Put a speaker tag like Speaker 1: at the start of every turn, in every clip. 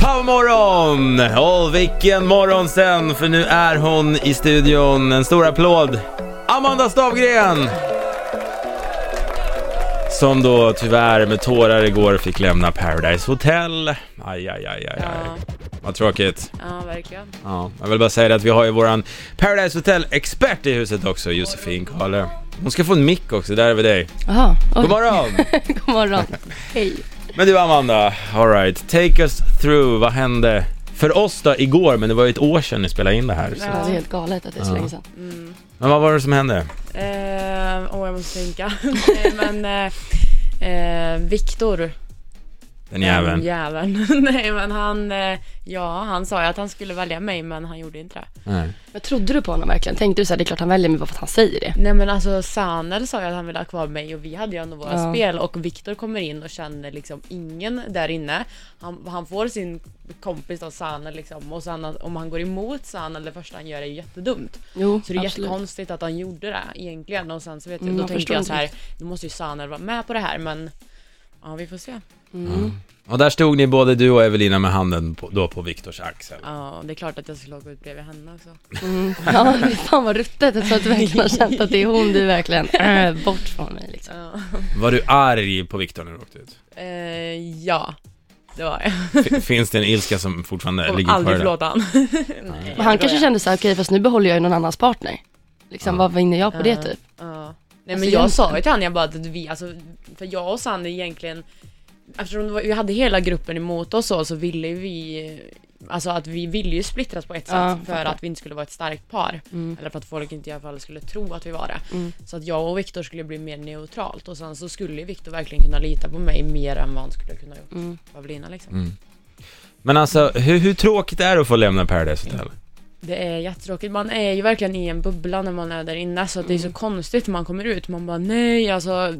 Speaker 1: God morgon! Och vilken morgon sen, för nu är hon i studion. En stor applåd. Amanda Stavgren! Som då tyvärr med tårar igår fick lämna Paradise Hotel. Aj, aj, aj, aj, aj.
Speaker 2: Ja,
Speaker 1: Vad tråkigt.
Speaker 2: ja verkligen.
Speaker 1: Ja, jag vill bara säga det att vi har ju våran Paradise Hotel-expert i huset också, Josefin Kahle. Hon ska få en mick också, där är vi dig.
Speaker 2: Aha,
Speaker 1: God morgon!
Speaker 2: God morgon. Hej.
Speaker 1: Men du Amanda, alright, take us through, vad hände för oss då igår, men det var ju ett år sedan ni spelade in det här. Så.
Speaker 2: Ja.
Speaker 3: Det är helt galet att det är så
Speaker 1: Ja.
Speaker 3: länge sedan.
Speaker 2: Mm.
Speaker 1: Men vad var det som hände?
Speaker 2: Eh, Åh, jag måste tänka. Nej, Men eh, eh, Viktor,
Speaker 1: Den
Speaker 2: Mm,
Speaker 1: jäveln.
Speaker 2: jäveln. Nej men han, eh, ja han sa ju att han skulle välja mig men han gjorde inte det.
Speaker 1: Nej.
Speaker 3: Men trodde du på honom verkligen? Tänkte du så här, det är klart han väljer mig bara för att han säger det?
Speaker 2: Nej men alltså Sanel sa ju att han ville ha kvar mig och vi hade ju ändå våra
Speaker 3: Ja.
Speaker 2: spel och Viktor kommer in och känner liksom ingen där inne. Han, han får sin kompis då Sanel liksom och sen om han går emot Sanel det första han gör är ju jättedumt.
Speaker 3: Jo,
Speaker 2: Så det är
Speaker 3: absolut.
Speaker 2: jättekonstigt att han gjorde det egentligen och sen så vet jag,
Speaker 3: Mm,
Speaker 2: då
Speaker 3: jag
Speaker 2: tänkte
Speaker 3: förstår
Speaker 2: jag
Speaker 3: inte
Speaker 2: så här,
Speaker 3: riktigt.
Speaker 2: då måste ju Sanel vara med på det här men ja vi får se.
Speaker 3: Mm.
Speaker 1: Och där stod ni både du och Evelina med handen på, då på Viktors axel.
Speaker 2: Ja det är klart att jag skulle ha gått bredvid henne alltså. också.
Speaker 3: Mm. Ja, det är fan vad ruttet. Jag tror att du verkligen har känt att det är hon du verkligen, äh, bort från mig liksom.
Speaker 2: Ja.
Speaker 1: Var du arg på Viktor när du åkte ut?
Speaker 2: Eh, ja, det var jag.
Speaker 1: F- finns det en ilska som fortfarande
Speaker 2: Jag
Speaker 1: ligger
Speaker 2: kommer
Speaker 1: kvar
Speaker 2: aldrig
Speaker 1: där?
Speaker 2: förlåta honom.
Speaker 3: Men han kanske kände så här, okej fast nu behåller jag ju någon annans partner. Liksom,
Speaker 1: Ja.
Speaker 3: vad vinner jag på det
Speaker 2: Ja.
Speaker 3: typ?
Speaker 2: Ja. Nej men
Speaker 3: Alltså,
Speaker 2: jag
Speaker 3: jag-
Speaker 2: sa ju till han jag bara att vi, alltså, för jag och Sanne egentligen Eftersom det var- vi hade hela gruppen emot oss så, så ville vi Alltså att vi ville ju splittras på ett sätt
Speaker 3: Ja,
Speaker 2: för
Speaker 3: fattar.
Speaker 2: att vi inte skulle vara ett starkt par
Speaker 3: Mm.
Speaker 2: Eller för att folk inte i alla fall skulle tro att vi var det
Speaker 3: Mm.
Speaker 2: Så att jag och Viktor skulle bli mer neutralt och sen så skulle ju Viktor verkligen kunna lita på mig mer än vad han skulle kunna gjort
Speaker 3: Mm.
Speaker 2: på Evelina liksom
Speaker 1: Mm. Men alltså, hur, hur tråkigt är det att få lämna Paradise Hotel?
Speaker 2: Det är jättetråkigt. Man är ju verkligen i en bubbla när man är där inne så att det är så
Speaker 3: Mm.
Speaker 2: konstigt när man kommer ut. Man bara nej alltså.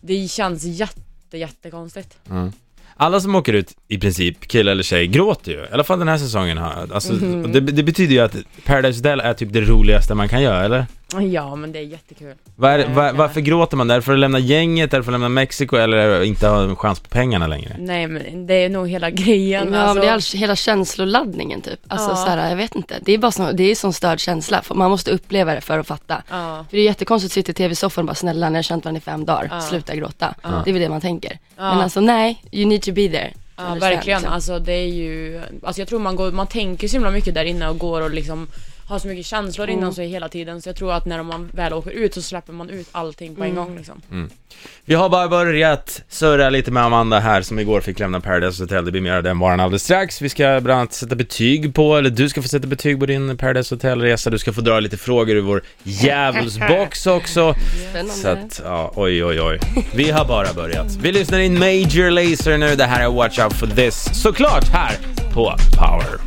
Speaker 2: Det känns jätte jättekonstigt.
Speaker 1: Mm. Alla som åker ut, i princip, kille eller tjej, gråter ju. I alla fall den här säsongen. har- Alltså,
Speaker 2: Mhm.
Speaker 1: och det, det betyder ju att Paradise Hotel är typ det roligaste man kan göra, eller?
Speaker 2: Ja men det är jättekul.
Speaker 1: Vad är, det-
Speaker 2: Nej,
Speaker 1: va,
Speaker 2: verkligen.
Speaker 1: varför gråter man? Därför att lämna gänget, därför att lämna Mexiko eller inte ha en chans på pengarna längre?
Speaker 2: Nej men det är nog hela grejen.
Speaker 3: Ja,
Speaker 2: alltså.
Speaker 3: men det är all, hela känsloladdningen typ. Alltså
Speaker 2: Ja.
Speaker 3: så här, jag vet inte. Det är bara så, det är sån störd känsla. För Man måste uppleva det för att fatta.
Speaker 2: Ja.
Speaker 3: För det är jättekonstigt att sitta i tv-soffan och bara snälla, ni har känt varandra i fem dagar,
Speaker 2: Ja.
Speaker 3: sluta gråta.
Speaker 2: Ja.
Speaker 3: Det är väl det man tänker.
Speaker 2: Ja.
Speaker 3: Men alltså nej, you need to be there.
Speaker 2: Ja
Speaker 3: Understand,
Speaker 2: verkligen,
Speaker 3: liksom.
Speaker 2: alltså det är ju, alltså jag tror man går, man tänker så himla mycket där inne och går och liksom har så mycket känslor
Speaker 3: Mm.
Speaker 2: inom sig hela tiden så jag tror att när man väl åker ut så släpper man ut allting på en
Speaker 3: Mm.
Speaker 2: gång liksom.
Speaker 1: Vi har bara börjat surra lite med Amanda här som igår fick lämna Paradise Hotel. Det blir mer av den varan alldeles strax. Vi ska bland annat sätta betyg på, eller du ska få sätta betyg på din Paradise Hotel-resa. Du ska få dra lite frågor ur vår djävulsbox också.
Speaker 3: Spännande.
Speaker 1: Så att, ja, oj, oj, oj. Vi har bara börjat. Vi lyssnar in Major Lazer nu. Det här är Watch Out For This, såklart här på Power.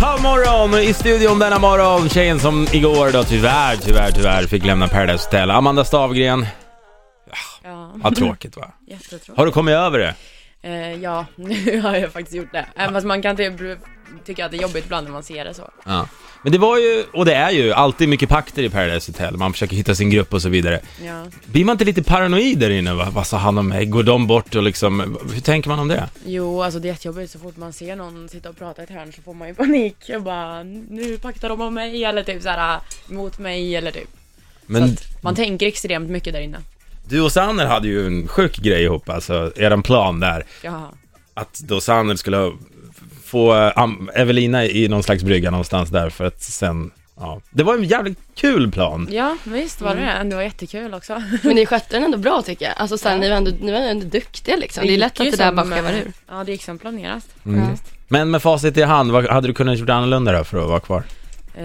Speaker 1: Powermorgon i studion denna morgon. Tjejen som igår då tyvärr, tyvärr, tyvärr fick lämna Paradise Hotel. Amanda Stavgren.
Speaker 2: Ja,
Speaker 1: Vad tråkigt va?
Speaker 2: jättetråkigt.
Speaker 1: Har du kommit över det?
Speaker 2: Eh, ja, nu har jag faktiskt gjort det. Även fast man kan typ tycka att det är jobbigt ibland när man ser det så.
Speaker 1: Ja. Men det var ju, och det är ju, alltid mycket pakter i Paradise Hotel. Man försöker hitta sin grupp och så vidare.
Speaker 2: Ja,
Speaker 1: Blir man inte lite paranoid där inne? Va? Vad sa han om mig? Går de bort och liksom, hur tänker man om det?
Speaker 2: jo alltså det är jättejobbigt så fort man ser någon sitta och prata i ett hörn så får man ju panik. Jag bara, nu paktar de om mig eller typ såhär mot mig eller typ.
Speaker 1: Men
Speaker 2: så att man tänker extremt mycket där inne.
Speaker 1: du och Sander hade ju en sjuk grej ihop, alltså eran plan där.
Speaker 2: Jaha.
Speaker 1: Att då Sander skulle ha- få eh, Am- Evelina i någon slags brygga någonstans där för att sen, ja. Det var en jävligt kul plan.
Speaker 2: Ja, visst var det
Speaker 3: Mm.
Speaker 2: det. Det var jättekul också.
Speaker 3: Men ni skötte den ändå bra tycker jag. Alltså så här, ni, var ändå, ni var ändå duktiga liksom. Det är lätt att det där bara skevar ur.
Speaker 2: Ja, det gick som planerat.
Speaker 1: Mm.
Speaker 2: faktiskt.
Speaker 1: Men med facit i hand, vad hade du kunnat gjort annorlunda då för att vara kvar?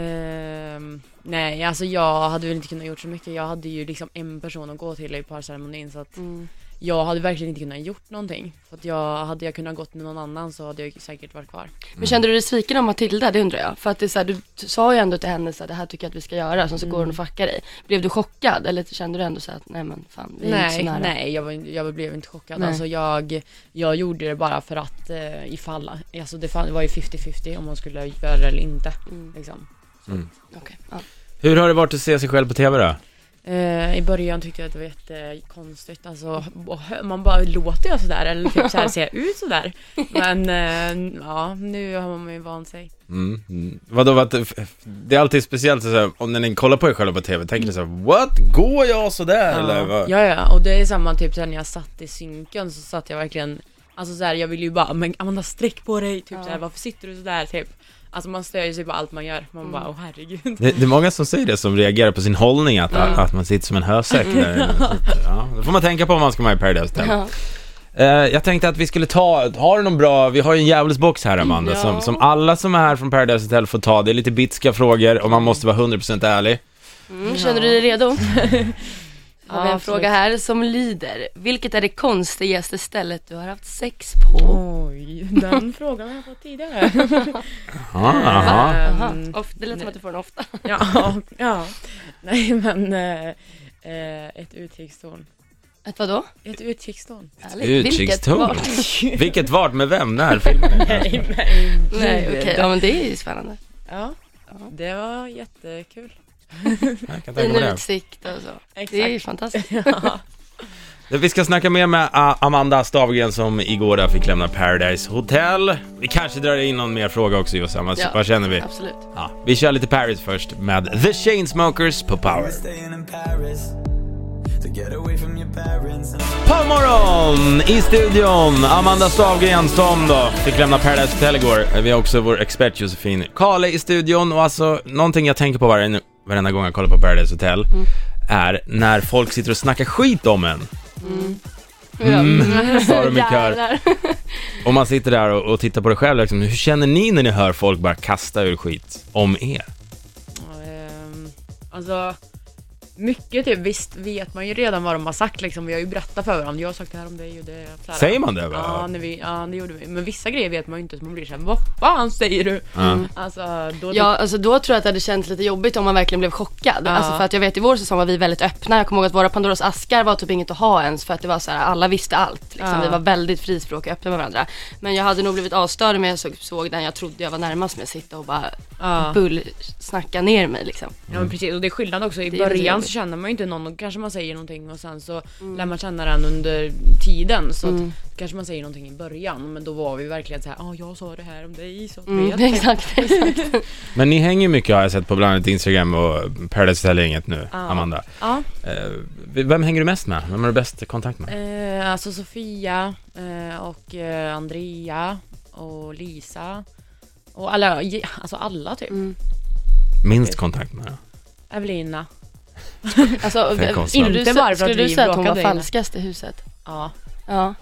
Speaker 2: Ehm, nej, alltså jag hade väl inte kunnat gjort så mycket. Jag hade ju liksom en person att gå till i parceremonin så att
Speaker 3: Mm.
Speaker 2: jag hade verkligen inte kunnat gjort någonting. För att jag, hade jag kunnat gått med någon annan så hade jag säkert varit kvar.
Speaker 3: Men kände du dig sviken av Matilda? Det undrar jag. För att det är så här, du t- sa ju ändå till henne så här, det här tycker jag att vi ska göra, sen så går hon och
Speaker 2: Mm.
Speaker 3: fuckar dig. Blev du chockad eller kände du ändå så här att nej men fan, vi är inte
Speaker 2: Nej,
Speaker 3: så nära?
Speaker 2: nej jag, var, jag blev inte chockad.
Speaker 3: Nej.
Speaker 2: Alltså jag, jag gjorde det bara för att eh, ifall, alltså det fan- det var ju 50-50 om hon skulle göra det eller inte.
Speaker 3: Mm.
Speaker 2: Liksom.
Speaker 3: Okej, ja.
Speaker 1: Hur har det varit att se sig själv på TV då?
Speaker 2: Eh, I början tyckte jag att det var jättekonstigt, alltså, och hö- man bara låter jag sådär eller typ så här, ser jag ut sådär? Men eh, ja, nu har man ju vant sig.
Speaker 1: Mm. Mm. Vadå, vad, det är alltid speciellt så här, om när ni kollar på er själva på TV, tänker ni så här, what, går jag sådär eller?
Speaker 2: Ja,
Speaker 1: Vad?
Speaker 2: ja, ja, och det är samma typ sen när jag satt i synken så satt jag verkligen Alltså såhär, jag ville ju bara, men Amanda sträck på dig, typ
Speaker 3: Ja.
Speaker 2: såhär, varför sitter du sådär typ? Alltså man stör ju sig på allt man gör, man
Speaker 3: Mm.
Speaker 2: bara, åh herregud
Speaker 1: Det, det är många som säger det, som reagerar på sin hållning, att,
Speaker 3: Mm.
Speaker 1: att man sitter som en hösäck där. Ja, det får man tänka på om man ska vara med i Paradise Hotel.
Speaker 3: Ja.
Speaker 1: Eh, jag tänkte att vi skulle ta, har du någon bra, vi har ju en djävulsbox här Amanda,
Speaker 3: Ja.
Speaker 1: som, som alla som är här från Paradise Hotel får ta. Det är lite bitska frågor och man måste vara 100% ärlig.
Speaker 3: Mm, känner du dig redo? Då har vi
Speaker 2: Ja,
Speaker 3: en
Speaker 2: absolut.
Speaker 3: fråga här som lyder, vilket är det konstigaste stället du har haft sex på?
Speaker 1: Oh.
Speaker 2: Oj, den frågan har jag fått tidigare
Speaker 1: Ah, aha.
Speaker 3: Aha.
Speaker 2: Ehm,
Speaker 3: Of- Det lät som att du får den ofta.
Speaker 2: Ja, ja Nej men, eh, eh, ett utkikstorn
Speaker 3: Ett vadå?
Speaker 2: Ett utkikstorn
Speaker 3: Ärligt,
Speaker 1: Utkikstorn.
Speaker 3: Vilket var?
Speaker 1: Vilket vart, med vem, när, filmen?
Speaker 2: Nej nej
Speaker 3: Nej okej,
Speaker 2: gud.
Speaker 3: ja men det är ju spännande.
Speaker 2: Ja, det var jättekul
Speaker 1: Jag kan tänka
Speaker 3: Fin
Speaker 1: mig det.
Speaker 3: utsikt och så. Det är ju
Speaker 2: Exakt
Speaker 3: fantastiskt.
Speaker 1: Vi ska snacka mer med ah, Amanda Stavgren som igår där fick lämna Paradise Hotel. Vi kanske drar in någon mer fråga också Jossan, vad,
Speaker 3: Ja.
Speaker 1: vad känner vi?
Speaker 3: Absolut.
Speaker 1: Ja, vi kör lite Paris först med The Chainsmokers på Power.
Speaker 4: Staying in Paris to get away from your parents. And-
Speaker 1: Morgon i studion, Amanda Stavgren som då fick lämna Paradise Hotel igår. Vi har också vår expert Josefin Kale i studion och alltså någonting jag tänker på varje, varenda gång jag kollar på Paradise Hotel är när folk sitter och snackar skit om en.
Speaker 3: Mm.
Speaker 1: Sa de i kör. Och man sitter där och, och tittar på det själv liksom, hur känner ni när ni hör folk bara kasta ur skit om er?
Speaker 2: Ehm, Alltså, mycket typ, visst vet man ju redan vad de har sagt liksom. Vi har ju berättat för varandra, jag har sagt det här om dig och det. Så här.
Speaker 1: Säger man det?
Speaker 2: Ja,
Speaker 1: Bara?
Speaker 2: när vi, ja, det gjorde vi. Men vissa grejer vet man ju inte så man blir såhär, vad fan säger du?
Speaker 1: Ja.
Speaker 2: Alltså, då
Speaker 3: Ja, alltså då tror jag att det hade känts lite jobbigt om man verkligen blev chockad.
Speaker 2: Ja.
Speaker 3: Alltså för att jag vet i vår säsong var vi väldigt öppna. Jag kommer ihåg att våra Pandoras askar var typ inget att ha ens för att det var så här, alla visste allt. Liksom.
Speaker 2: Ja.
Speaker 3: Vi var väldigt frispråkiga och öppna med varandra. Men jag hade nog blivit avstörd om jag såg, såg den jag trodde jag var närmast med sitta och bara
Speaker 2: typ- ja.
Speaker 3: bullsnacka ner mig liksom.
Speaker 2: ja men precis. Och det är skillnad också, i
Speaker 3: Det är
Speaker 2: början så
Speaker 3: jättejobbigt.
Speaker 2: känner man ju inte någon och kanske man säger någonting och sen så lär man känna den under tiden. Så
Speaker 3: Mm.
Speaker 2: att, kanske man säger någonting i början men då var vi verkligen såhär, ja ah, jag sa det här om dig så att du
Speaker 3: Mm,
Speaker 2: vet.
Speaker 3: exakt, exakt.
Speaker 1: Men ni hänger ju mycket har jag sett på bland annat Instagram och Paradise Hotel-gänget nu,
Speaker 2: Ja.
Speaker 1: Amanda.
Speaker 2: Ja.
Speaker 1: Eh, vem hänger du mest med? Vem har du bäst kontakt med?
Speaker 2: Eh, alltså Sofia eh, och eh, Andrea och Lisa och alla, ge- alltså alla typ.
Speaker 3: Mm.
Speaker 1: Minst kontakt med?
Speaker 2: Evelina.
Speaker 3: Alltså,
Speaker 1: Tänk om
Speaker 3: skulle du,
Speaker 2: Inte bara för
Speaker 3: sä-
Speaker 2: att
Speaker 3: skulle du
Speaker 2: vi
Speaker 3: säga att hon var
Speaker 2: bråkade innan.
Speaker 3: falskast i huset?
Speaker 2: Ja.
Speaker 3: Ja.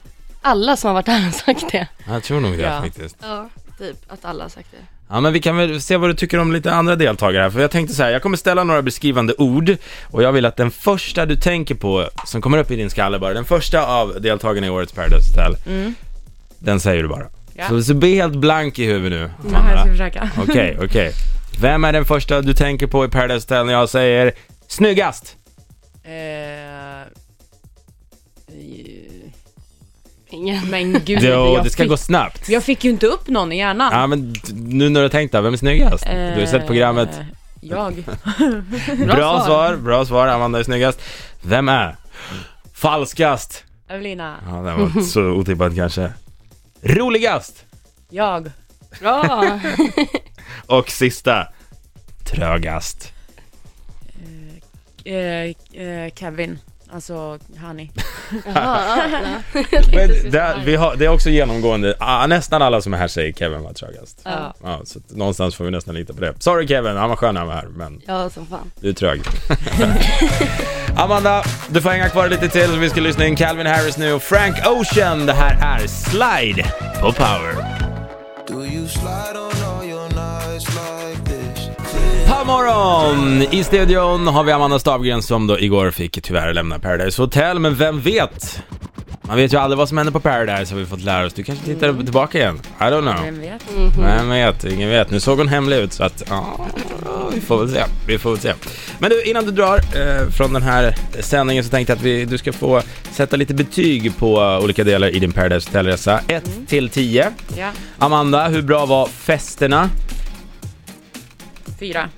Speaker 3: Alla som har varit där har sagt det.
Speaker 1: Jag tror nog det
Speaker 2: Ja.
Speaker 1: faktiskt.
Speaker 3: Ja. Typ att alla har sagt det.
Speaker 1: Ja men vi kan väl se vad du tycker om lite andra deltagare här, för jag tänkte så här, jag kommer ställa några beskrivande ord och jag vill att den första du tänker på, som kommer upp i din skalle bara, den första av deltagarna i årets Paradise Hotel,
Speaker 2: Mm.
Speaker 1: den säger du bara.
Speaker 2: Ja.
Speaker 1: Så, så bli helt blank i huvudet nu.
Speaker 2: Ja, jag ska försöka.
Speaker 1: Okej, okej. Vem är den första du tänker på i Paradise Hotel när jag säger snyggast?
Speaker 2: Eh, eh,
Speaker 3: Ingen.
Speaker 2: men gud,
Speaker 1: Jo,
Speaker 2: jag,
Speaker 1: det ska
Speaker 2: fick,
Speaker 1: gå snabbt.
Speaker 2: jag fick ju inte upp någon i hjärnan.
Speaker 1: Ja men d- nu när du har tänkt där, vem är snyggast? Du har ju sett
Speaker 2: Eh,
Speaker 1: programmet.
Speaker 2: Jag.
Speaker 1: Bra, svar.
Speaker 3: svar.
Speaker 1: bra svar. Amanda är snyggast. Vem är falskast?
Speaker 2: Evelina.
Speaker 1: Ja, den var inte så otippad kanske. Roligast!
Speaker 2: Jag.
Speaker 3: Bra.
Speaker 1: Och sista, trögast.
Speaker 2: Eh, eh, Kevin. Alltså, Hani.
Speaker 3: Jaha, ja, ja.
Speaker 1: Men det, vi har, det är också genomgående, ah, nästan alla som är här säger Kevin var trögast.
Speaker 3: Ja.
Speaker 1: Ja, så att någonstans får vi nästan lita på det. Sorry Kevin, han var skön när han var här, men
Speaker 3: Ja, som fan.
Speaker 1: du är trög. Amanda, du får hänga kvar lite till så vi ska lyssna in Calvin Harris nu och Frank Ocean. Det här är Slide på Power.
Speaker 4: Do you slide on all your nights like this?
Speaker 1: Morgon! I studion har vi Amanda Stavgren som då igår fick tyvärr lämna Paradise Hotel, men vem vet? Man vet ju aldrig vad som händer på Paradise har vi fått lära oss. Du kanske tittar tillbaka igen? I don't know.
Speaker 2: Vem vet?
Speaker 1: Vem vet, ingen vet. Nu såg hon hemlig ut så att, ja, vi får väl se. Vi får väl se. Men du, innan du drar eh, från den här sändningen så tänkte jag att vi, du ska få sätta lite betyg på eh, olika delar i din Paradise Hotel-resa. 1 till 10.
Speaker 2: Ja.
Speaker 1: Amanda, hur bra var festerna?
Speaker 2: Fyra.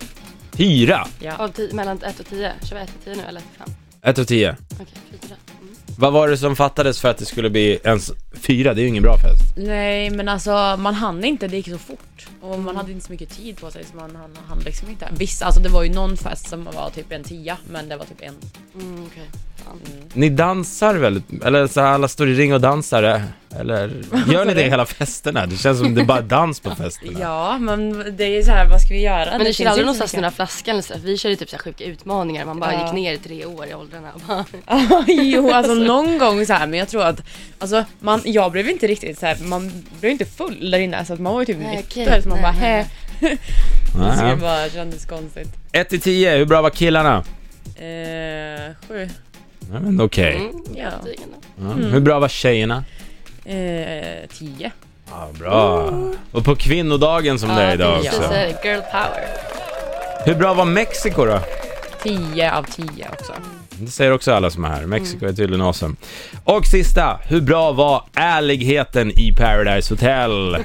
Speaker 1: Fyra?
Speaker 2: Ja.
Speaker 3: Av ti- mellan 1 och 10? Kör vi 1 till 10 nu eller 1 till 5?
Speaker 1: Ett av tio.
Speaker 3: Okej, 4. Mm.
Speaker 1: Vad var det som fattades för att det skulle bli ens fyra? Det är ju ingen bra fest.
Speaker 2: Nej men alltså man hann inte, det gick så fort. Och man hade inte så mycket tid på sig så man hann, hann liksom inte. Visst, alltså det var ju någon fest som var typ en tia men det var typ en.
Speaker 3: Mm, okej. Fan.
Speaker 1: Ni dansar väl? Eller så här, alla står i ring och dansar? eh? Eller gör ni det hela festerna? Det känns som det är bara dans på festerna.
Speaker 2: Ja men det är ju så här, vad ska vi göra?
Speaker 3: Men det
Speaker 2: finns
Speaker 3: skulle aldrig
Speaker 2: inte så
Speaker 3: någonstans den där flaskan eller så. där, för Vi körde typ så här sjuka utmaningar. Man bara
Speaker 2: Ja.
Speaker 3: gick ner i tre år i åldrarna. och Bara,
Speaker 2: jo, alltså någon gång så här, men jag tror att alltså, man, jag blev inte riktigt så här, man blev inte full där inne så att man var ju typ
Speaker 3: Nej,
Speaker 2: nykter
Speaker 3: okej.
Speaker 2: så man
Speaker 3: Nej,
Speaker 2: bara
Speaker 3: nej,
Speaker 2: hä. Så
Speaker 1: Nej.
Speaker 2: det bara kändes konstigt.
Speaker 1: Ett till tio, hur bra var killarna?
Speaker 2: Eh, sju.
Speaker 1: Nej men okej.
Speaker 3: mm,
Speaker 2: Ja.
Speaker 3: betygen då.
Speaker 1: Ja. Hur bra var tjejerna?
Speaker 2: Eh, tio.
Speaker 1: Ja, bra. Och på kvinnodagen som det är idag
Speaker 3: precis,
Speaker 1: också.
Speaker 3: så här, Girl power.
Speaker 1: Hur bra var Mexiko då?
Speaker 2: Tio av tio också.
Speaker 1: Det säger också alla som är här. Mexiko är tydligen awesome. Och sista, hur bra var ärligheten i Paradise Hotel?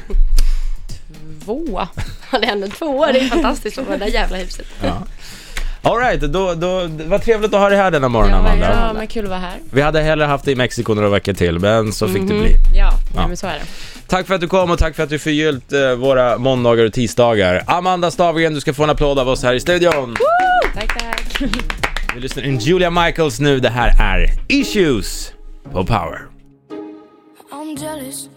Speaker 2: Mm. Två.
Speaker 3: Ja, Det är ändå två år, det är fantastiskt på det där jävla huset.
Speaker 1: Alright, då, då, vad trevligt att ha dig här denna morgon
Speaker 3: Ja,
Speaker 1: Amanda.
Speaker 3: verkligen.
Speaker 2: Ja men kul att vara här.
Speaker 1: Vi hade hellre haft dig i Mexiko några veckor till, men så fick det bli.
Speaker 2: Ja,
Speaker 1: Ja.
Speaker 2: ja. men så är det.
Speaker 1: Tack för att du kom och tack för att du förgyllt eh, våra måndagar och tisdagar. Amanda Stavgren, du ska få en applåd av oss här i studion.
Speaker 2: Tack tack.
Speaker 1: Vi lyssnar in Julia Michaels nu. Det här är Issues på Power.
Speaker 5: I'm jealous.